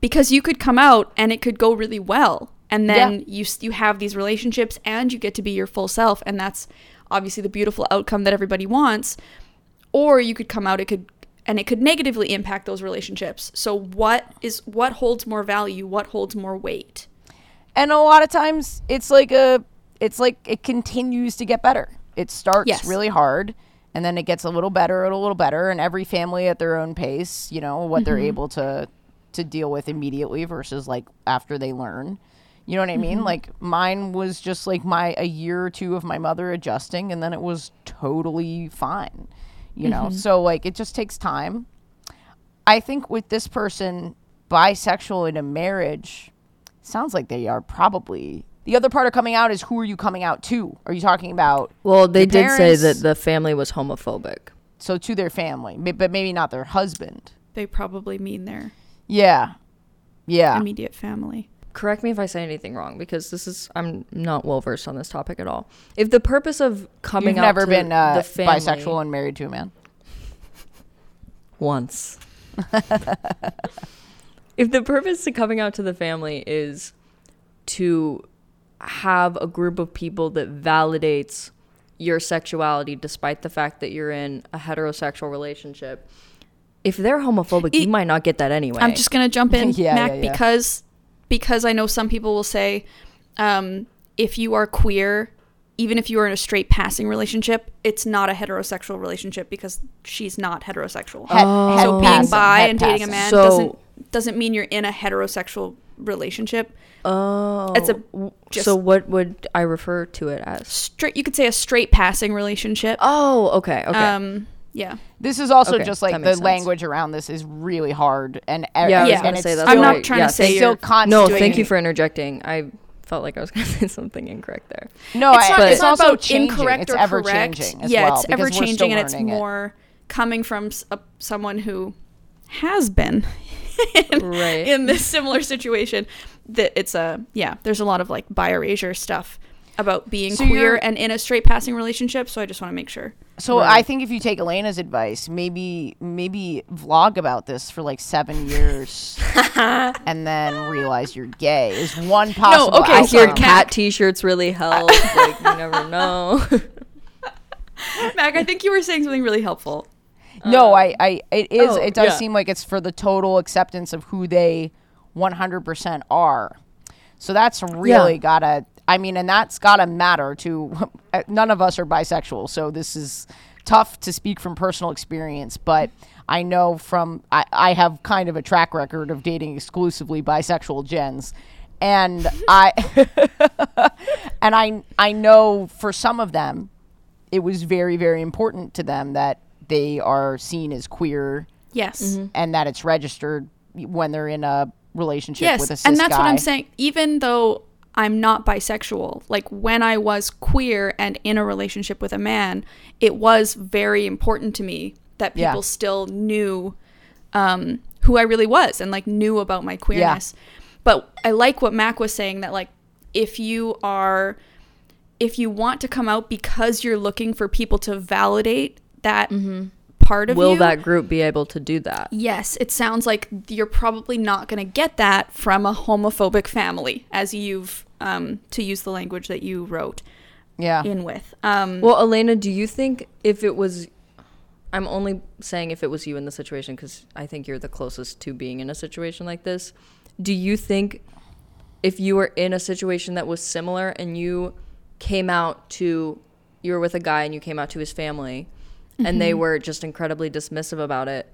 Speaker 5: because you could come out and it could go really well and then
Speaker 3: Yeah.
Speaker 5: you s- you have these relationships and you get to be your full self and that's obviously the beautiful outcome that everybody wants or you could come out it could and it could negatively impact those relationships so what is what holds more value what holds more weight
Speaker 3: and a lot of times it's like a it's like it continues to get better it starts
Speaker 5: Yes.
Speaker 3: really hard and then it gets a little better and a little better and every family at their own pace you know what they're able to to deal with immediately versus like after they learn you know what i mean like mine was just like my a year or two of my mother adjusting and then it was totally fine you know so like it just takes time I think with this person, bisexual in a marriage, sounds like they are probably. The other part of coming out is who are you coming out to? Are you talking about
Speaker 4: Well, they
Speaker 3: your
Speaker 4: did say that
Speaker 3: parents?
Speaker 4: the family was homophobic.
Speaker 3: so to their family, may- but maybe not their husband.
Speaker 5: they probably mean their
Speaker 3: Yeah, yeah.
Speaker 5: immediate family
Speaker 4: correct me if I say anything wrong because this is I'm not well versed on this topic at all. If the purpose of coming
Speaker 3: You've
Speaker 4: out
Speaker 3: never
Speaker 4: to
Speaker 3: been uh,
Speaker 4: the family
Speaker 3: bisexual and married to a man.
Speaker 4: once, if the purpose to coming out to the family is to have a group of people that validates your sexuality despite the fact that you're in a heterosexual relationship, if they're homophobic, you
Speaker 5: It-
Speaker 4: might not get that anyway.
Speaker 5: I'm just gonna jump in,
Speaker 3: Yeah,
Speaker 5: Mac,
Speaker 3: yeah, yeah.
Speaker 5: because because I know some people will say, um, if you are queer, even if you are in a straight passing relationship, it's not a heterosexual relationship because she's not heterosexual.
Speaker 3: Head- head
Speaker 5: Oh. so being
Speaker 3: passing,
Speaker 5: bi
Speaker 3: head
Speaker 5: and dating a
Speaker 3: passing.
Speaker 5: man
Speaker 4: So-
Speaker 5: doesn't doesn't mean you're in a heterosexual relationship.
Speaker 4: oh,
Speaker 5: It's a just
Speaker 4: so what would I refer to it as?
Speaker 5: straight. You could say a straight passing relationship.
Speaker 4: Oh, okay, okay.
Speaker 5: Um, yeah.
Speaker 3: This is also
Speaker 4: Okay,
Speaker 3: just
Speaker 4: that
Speaker 3: like the
Speaker 4: makes sense.
Speaker 3: language around this is really hard and e-,
Speaker 4: Yeah, I was
Speaker 5: Yeah.
Speaker 4: gonna
Speaker 3: and
Speaker 4: say
Speaker 3: it's
Speaker 4: that's
Speaker 5: I'm
Speaker 3: still-
Speaker 5: not
Speaker 4: right.
Speaker 5: trying to
Speaker 4: yeah,
Speaker 5: say
Speaker 4: thank-
Speaker 5: you're-
Speaker 3: still
Speaker 4: No,
Speaker 3: constantly.
Speaker 4: thank you for interjecting. I felt like I was gonna say something incorrect there.
Speaker 3: No,
Speaker 5: it's
Speaker 3: I-
Speaker 5: not,
Speaker 4: But-
Speaker 5: it's not
Speaker 3: also
Speaker 5: about
Speaker 3: changing.
Speaker 5: incorrect
Speaker 3: it's
Speaker 5: or
Speaker 3: ever
Speaker 5: correct.
Speaker 3: changing. As
Speaker 5: yeah,
Speaker 3: well,
Speaker 5: it's
Speaker 3: because
Speaker 5: ever
Speaker 3: we're still
Speaker 5: changing, and it's
Speaker 3: learning it.
Speaker 5: more coming from s a someone who has been in,
Speaker 4: Right.
Speaker 5: in this similar situation. That it's a yeah. There's a lot of like bi erasure stuff about being
Speaker 3: So
Speaker 5: queer
Speaker 3: you're-
Speaker 5: and in a straight passing relationship. So I just want to make sure.
Speaker 3: So I think if you take Elena's advice, maybe maybe vlog about this for like seven years, and then realize you're gay is one possible.
Speaker 5: okay,
Speaker 4: I
Speaker 5: I
Speaker 4: hear
Speaker 5: hear
Speaker 3: outcome.
Speaker 5: Mac-
Speaker 4: cat T-shirts really help. like you never know.
Speaker 5: Mag, I think you were saying something really helpful.
Speaker 3: no, I, I it is
Speaker 4: Um, oh,
Speaker 3: it does
Speaker 4: yeah.
Speaker 3: seem like it's for the total acceptance of who they 100% are. So that's really
Speaker 4: Yeah.
Speaker 3: gotta. I mean, and that's gotta matter to. None of us are bisexual, so this is tough to speak from personal experience. But I know from I, I have kind of a track record of dating exclusively bisexual gens, and I and I I know for some of them, it was very very important to them that they are seen as queer
Speaker 5: Yes.
Speaker 3: and that it's registered when they're in a relationship
Speaker 5: Yes,
Speaker 3: with a cis
Speaker 5: and that's what
Speaker 3: guy.
Speaker 5: I'm saying. Even though I'm not bisexual, like when I was queer and in a relationship with a man, it was very important to me that
Speaker 3: Yeah.
Speaker 5: people still knew um, who I really was and like knew about my queerness. But I like what Mac was saying that like if you are
Speaker 3: Mm-hmm.
Speaker 5: if you want to come out because you're looking for people to validate that part of
Speaker 4: Will
Speaker 5: you.
Speaker 4: that group be able to do that?
Speaker 5: yes, it sounds like you're probably not going to get that from a homophobic family, as you've um, to use the language that you wrote
Speaker 3: Yeah.
Speaker 5: in with. Um,
Speaker 4: Well, Elena, do you think if it was. I'm only saying if it was you in the situation because I think you're the closest to being in a situation like this. Do you think if you were in a situation that was similar and you came out to. You were with a guy and you came out to his family and
Speaker 5: Mm-hmm.
Speaker 4: they were just incredibly dismissive about it.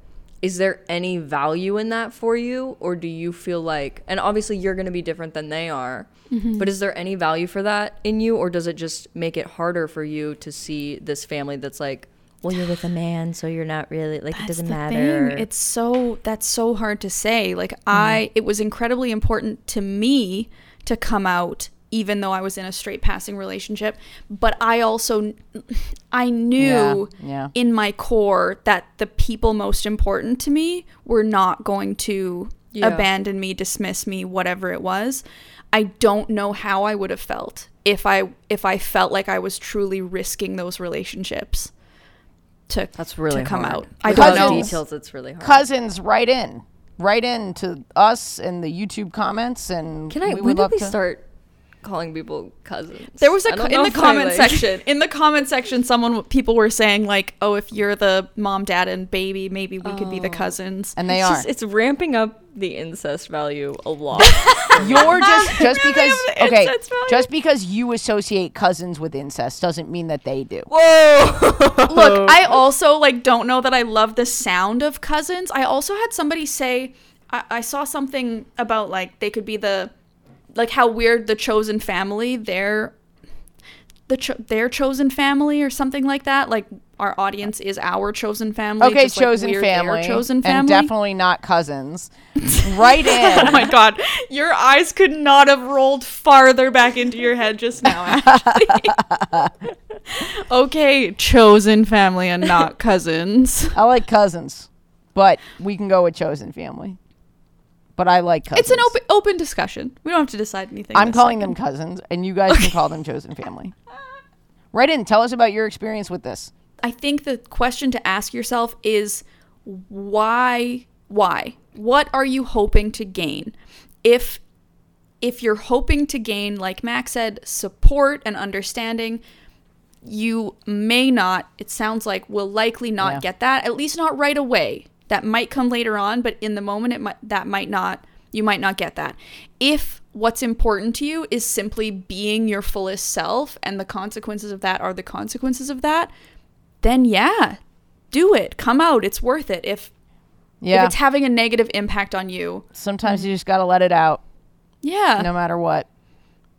Speaker 4: Is there any value in that for you? Or do you feel like, and obviously you're going to be different than they are,
Speaker 5: Mm-hmm.
Speaker 4: but is there any value for that in you? Or does it just make it harder for you to see this family that's like, well, you're with a man, so you're not really, like, it
Speaker 5: That's
Speaker 4: doesn't
Speaker 5: the
Speaker 4: matter? Mm-hmm.
Speaker 5: Thing. It's so that's so hard to say. Like I it was incredibly important to me to come out even though I was in a straight passing relationship, but I also I knew
Speaker 3: Yeah, yeah.
Speaker 5: in my core that the people most important to me were not going to
Speaker 4: Yeah.
Speaker 5: abandon me, dismiss me, whatever it was. I don't know how I would have felt if I if I felt like I was truly risking those relationships to
Speaker 4: that's really
Speaker 5: to come
Speaker 4: hard.
Speaker 5: out. I
Speaker 4: Without
Speaker 3: don't know.
Speaker 4: details, it's really hard.
Speaker 3: Cousins, write in. Write in to us and the YouTube comments. And
Speaker 4: Can I,
Speaker 3: we would
Speaker 4: when did
Speaker 3: love
Speaker 4: we
Speaker 3: to-
Speaker 4: start calling people cousins?
Speaker 5: There was a
Speaker 4: I
Speaker 5: co-
Speaker 4: don't know
Speaker 5: in the
Speaker 4: if I,
Speaker 5: comment
Speaker 4: like-
Speaker 5: section. In the comment section, someone w- people were saying like, "Oh, if you're the mom, dad, and baby, maybe we could be
Speaker 4: Oh.
Speaker 5: the cousins."
Speaker 3: And they
Speaker 4: It's
Speaker 3: are.
Speaker 4: just- it's ramping up the incest value a lot.
Speaker 3: You're just just because
Speaker 4: the
Speaker 3: okay,
Speaker 4: incest value.
Speaker 3: just because you associate cousins with incest doesn't mean that they do.
Speaker 5: Look, I also like don't know that I love the sound of cousins. I also had somebody say I, I saw something about like they could be the like how weird the chosen family their the cho- their chosen family or something like that. Like our audience is our chosen family.
Speaker 3: okay,
Speaker 5: just, like,
Speaker 3: chosen,
Speaker 5: we're their
Speaker 3: family,
Speaker 5: chosen family.
Speaker 3: and definitely not cousins. Write
Speaker 5: Oh
Speaker 3: in.
Speaker 5: my god, your eyes could not have rolled farther back into your head just now, actually. okay, chosen family and not cousins.
Speaker 3: I like cousins, but we can go with chosen family. But I like cousins.
Speaker 5: It's an open open discussion. We don't have to decide anything.
Speaker 3: I'm
Speaker 5: this
Speaker 3: calling
Speaker 5: second.
Speaker 3: them cousins, and you guys can call them chosen family. Write in. Tell us about your experience with this.
Speaker 5: I think the question to ask yourself is why why? What are you hoping to gain? If if you're hoping to gain, like Max said, support and understanding, you may not, it sounds like, will likely not
Speaker 3: Yeah.
Speaker 5: get that, at least not right away. That might come later on, but in the moment, it might, that might not, you might not get that. If what's important to you is simply being your fullest self and the consequences of that are the consequences of that, then yeah, do it. Come out. It's worth it. If, if
Speaker 3: Yeah.
Speaker 5: it's Mm. having a negative impact on you,
Speaker 3: Sometimes you just gotta let it out,
Speaker 5: yeah.
Speaker 3: no matter what.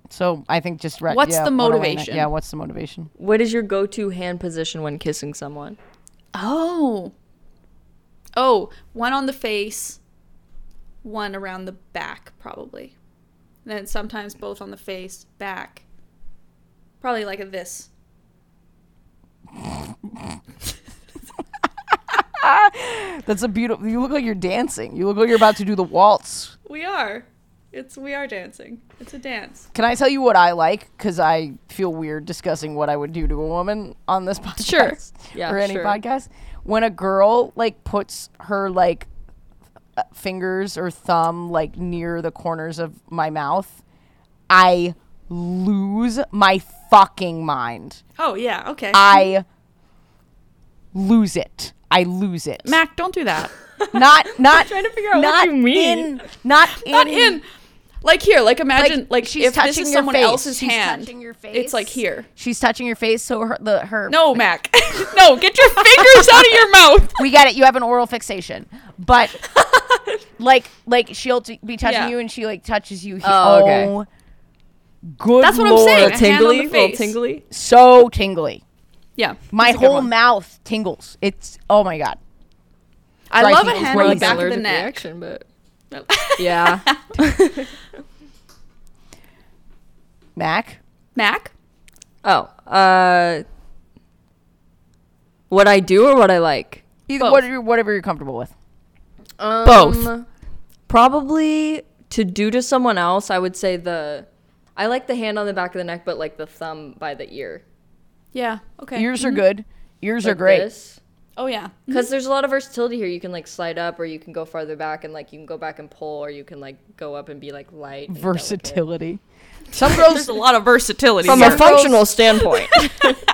Speaker 3: So I think just re-
Speaker 5: Uh. What's
Speaker 3: yeah,
Speaker 5: the
Speaker 3: what do I know?
Speaker 5: motivation?
Speaker 3: Yeah. What's the motivation?
Speaker 4: What is your go-to hand position when kissing someone?
Speaker 5: Oh. Oh, one on the face, one around the back, probably. And then sometimes both on the face, back. Probably like a this.
Speaker 3: That's a beautiful. You look like you're dancing. You look like you're about to do the waltz.
Speaker 5: We are. It's we are dancing. It's a dance.
Speaker 3: Can I tell you what I like? Because I feel weird discussing what I would do to a woman on this podcast.
Speaker 5: Sure.
Speaker 4: Yeah,
Speaker 3: or any
Speaker 4: sure.
Speaker 3: podcast. When a girl like puts her like uh, fingers or thumb like near the corners of my mouth, I lose my fucking mind.
Speaker 5: Oh yeah, okay.
Speaker 3: I lose it. I lose it.
Speaker 5: Mac, don't do that.
Speaker 3: not not
Speaker 4: trying to figure out what
Speaker 3: not
Speaker 4: you mean.
Speaker 3: In, not in,
Speaker 5: Not in. Like here, like imagine like,
Speaker 3: Like, she's
Speaker 5: if this
Speaker 3: touching
Speaker 5: is
Speaker 3: your
Speaker 5: someone
Speaker 3: face.
Speaker 5: else's
Speaker 3: She's
Speaker 5: hand.
Speaker 3: touching your
Speaker 5: It's like
Speaker 3: face.
Speaker 5: here.
Speaker 3: She's touching your face, so her the her
Speaker 5: No, Mac. no, get your fingers out of your mouth.
Speaker 3: we get it. You have an oral fixation, but like, like she'll t- be touching
Speaker 5: Yeah.
Speaker 3: you, and she like touches you. He-
Speaker 4: Oh, okay.
Speaker 3: good.
Speaker 5: That's what I'm
Speaker 3: lord.
Speaker 5: saying. A hand on
Speaker 4: tingly,
Speaker 5: the
Speaker 4: little
Speaker 5: face.
Speaker 4: tingly.
Speaker 3: So tingly.
Speaker 5: Yeah.
Speaker 3: My
Speaker 5: that's a good
Speaker 3: whole
Speaker 5: one.
Speaker 3: mouth tingles. It's oh my god.
Speaker 5: I
Speaker 3: Right,
Speaker 5: love
Speaker 3: he
Speaker 5: a
Speaker 3: was
Speaker 5: hand on the
Speaker 3: raised
Speaker 5: back of the
Speaker 4: Allergic
Speaker 5: neck.
Speaker 4: reaction, but yeah,
Speaker 3: Mac,
Speaker 5: Mac?
Speaker 4: Oh, uh, what I do or what I like?
Speaker 3: either
Speaker 5: Both.
Speaker 3: whatever, whatever you're comfortable with.
Speaker 5: Both.
Speaker 4: Um, Probably to do to someone else. I would say the. I like the hand on the back of the neck, but like the thumb by the ear.
Speaker 5: Yeah. Okay.
Speaker 3: Ears are good. Ears are
Speaker 4: Like
Speaker 3: great.
Speaker 4: this.
Speaker 5: Oh yeah.
Speaker 4: because there's a lot of versatility here. You can like slide up, or you can go farther back, and like you can go back and pull, or you can like go up and be like light. and delicate.
Speaker 3: Versatility. Some girls
Speaker 5: There's a lot of versatility.
Speaker 4: From
Speaker 5: here.
Speaker 4: a functional standpoint,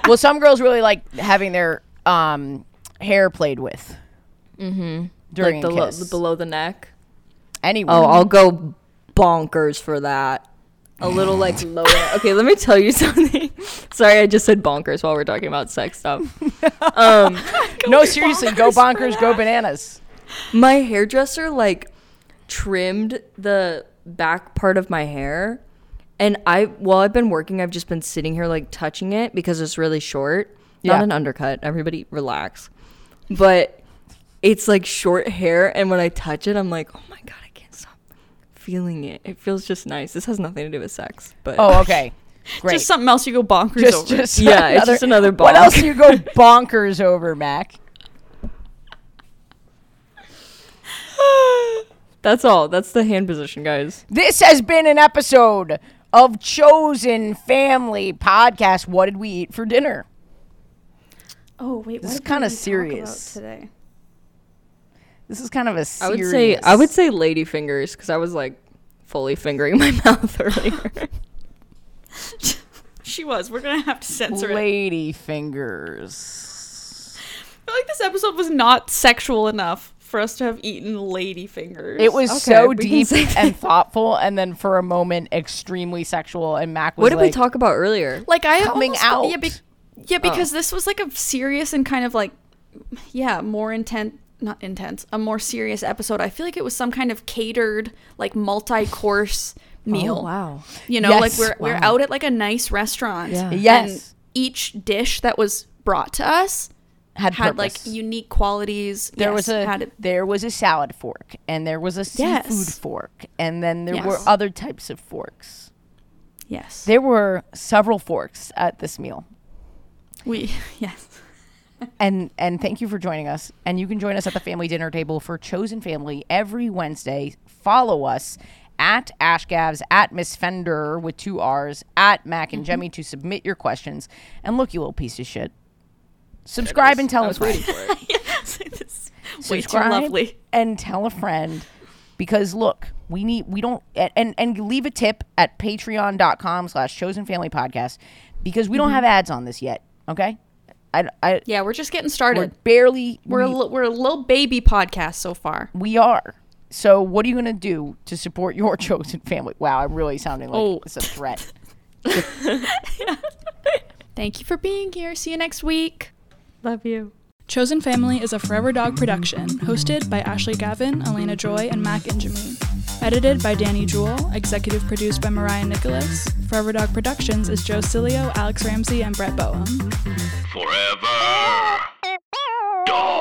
Speaker 3: well, some girls really like having their um, hair played with. Mm-hmm. During
Speaker 4: like
Speaker 3: a
Speaker 4: the, lo-
Speaker 3: kiss.
Speaker 4: the below the neck.
Speaker 3: Anyway.
Speaker 4: Oh, I'll go bonkers for that. A little like lower. Okay, let me tell you something. Sorry, I just said bonkers while we're talking about sex stuff.
Speaker 3: no, seriously, go bonkers, go bananas.
Speaker 4: My hairdresser like trimmed the back part of my hair, and I while I've been working, I've just been sitting here like touching it because it's really short. Not
Speaker 3: Yeah.
Speaker 4: an undercut. Everybody relax. But it's like short hair, and when I touch it, I'm like, oh my god, I can't stop feeling it. It feels just nice. This has nothing to do with sex, but
Speaker 3: Oh, okay. Great.
Speaker 5: Just something else you go bonkers
Speaker 3: just,
Speaker 5: over.
Speaker 3: just
Speaker 4: Yeah, it's just another
Speaker 3: What
Speaker 4: bonk.
Speaker 3: else do you go bonkers over, Mac?
Speaker 4: That's all. That's the hand position, guys.
Speaker 3: This has been an episode of Chosen Family Podcast. What did we eat for dinner?
Speaker 5: oh wait,
Speaker 3: This is
Speaker 5: what did we
Speaker 3: kinda
Speaker 5: talk about
Speaker 3: serious.
Speaker 5: today.
Speaker 3: This is kind of a
Speaker 4: I
Speaker 3: serious.
Speaker 4: would say I would say lady fingers because I was like fully fingering my mouth earlier.
Speaker 5: She was. We're gonna have to censor it.
Speaker 3: lady fingers.
Speaker 5: I feel like this episode was not sexual enough for us to have eaten lady fingers.
Speaker 3: It was
Speaker 4: Okay,
Speaker 3: so
Speaker 4: we can
Speaker 3: deep
Speaker 4: say that.
Speaker 3: and thoughtful, and then for a moment, extremely sexual. And Mac was
Speaker 4: what did we
Speaker 3: like,
Speaker 4: talk about earlier?
Speaker 5: like I
Speaker 3: coming
Speaker 5: almost felt- Yeah,
Speaker 3: out. Oh.
Speaker 5: yeah because this was like a serious and kind of like, yeah, more intense. Not intense, a more serious episode. I feel like it was some kind of catered, like multi-course meal.
Speaker 4: wow.
Speaker 5: You know, like
Speaker 3: Oh, Yes.
Speaker 5: we're we're out at like a nice restaurant.
Speaker 4: Yeah.
Speaker 5: And
Speaker 3: Yes,
Speaker 5: each dish that was brought to us
Speaker 3: had,
Speaker 5: had
Speaker 3: purpose.
Speaker 5: like unique qualities.
Speaker 3: There
Speaker 5: Yes,
Speaker 3: was a
Speaker 5: had it-
Speaker 3: there was a salad fork, and there was a seafood
Speaker 5: Yes.
Speaker 3: fork, and then there were
Speaker 5: Yes.
Speaker 3: other types of forks.
Speaker 5: yes.
Speaker 3: There were several forks at this meal.
Speaker 5: we yes.
Speaker 3: And and thank you for joining us. And you can join us at the family dinner table for Chosen Family every Wednesday. Follow us at Ashgavs, at Miss Fender with two R's, at Mac
Speaker 5: Mm-hmm.
Speaker 3: and Jemmy to submit your questions. And look, you little piece of shit. Subscribe and tell us.
Speaker 5: Way too
Speaker 3: subscribe
Speaker 5: lovely.
Speaker 3: and tell a friend because look we need we don't a- and and leave a tip at patreon.com slash chosen family podcast because we don't have ads on this yet okay i i
Speaker 5: Mm-hmm. Yeah, we're just getting
Speaker 3: we're
Speaker 5: started.
Speaker 3: barely
Speaker 5: We're a
Speaker 3: we,
Speaker 5: li- we're a little baby podcast so far.
Speaker 3: we are so what are you going to do to support your chosen family wow i'm really sounding like
Speaker 5: Oh.
Speaker 3: it's a threat
Speaker 5: Thank you for being here. See you next week.
Speaker 4: Love you.
Speaker 7: Chosen Family is a Forever Dog production, hosted by Ashley Gavin, Elena Joy, and Mac Injamin. Edited by Danny Jewell, executive produced by Mariah Nicholas. Forever Dog Productions is Joe Cilio, Alex Ramsey, and Brett Boehm.
Speaker 2: Forever. Dog.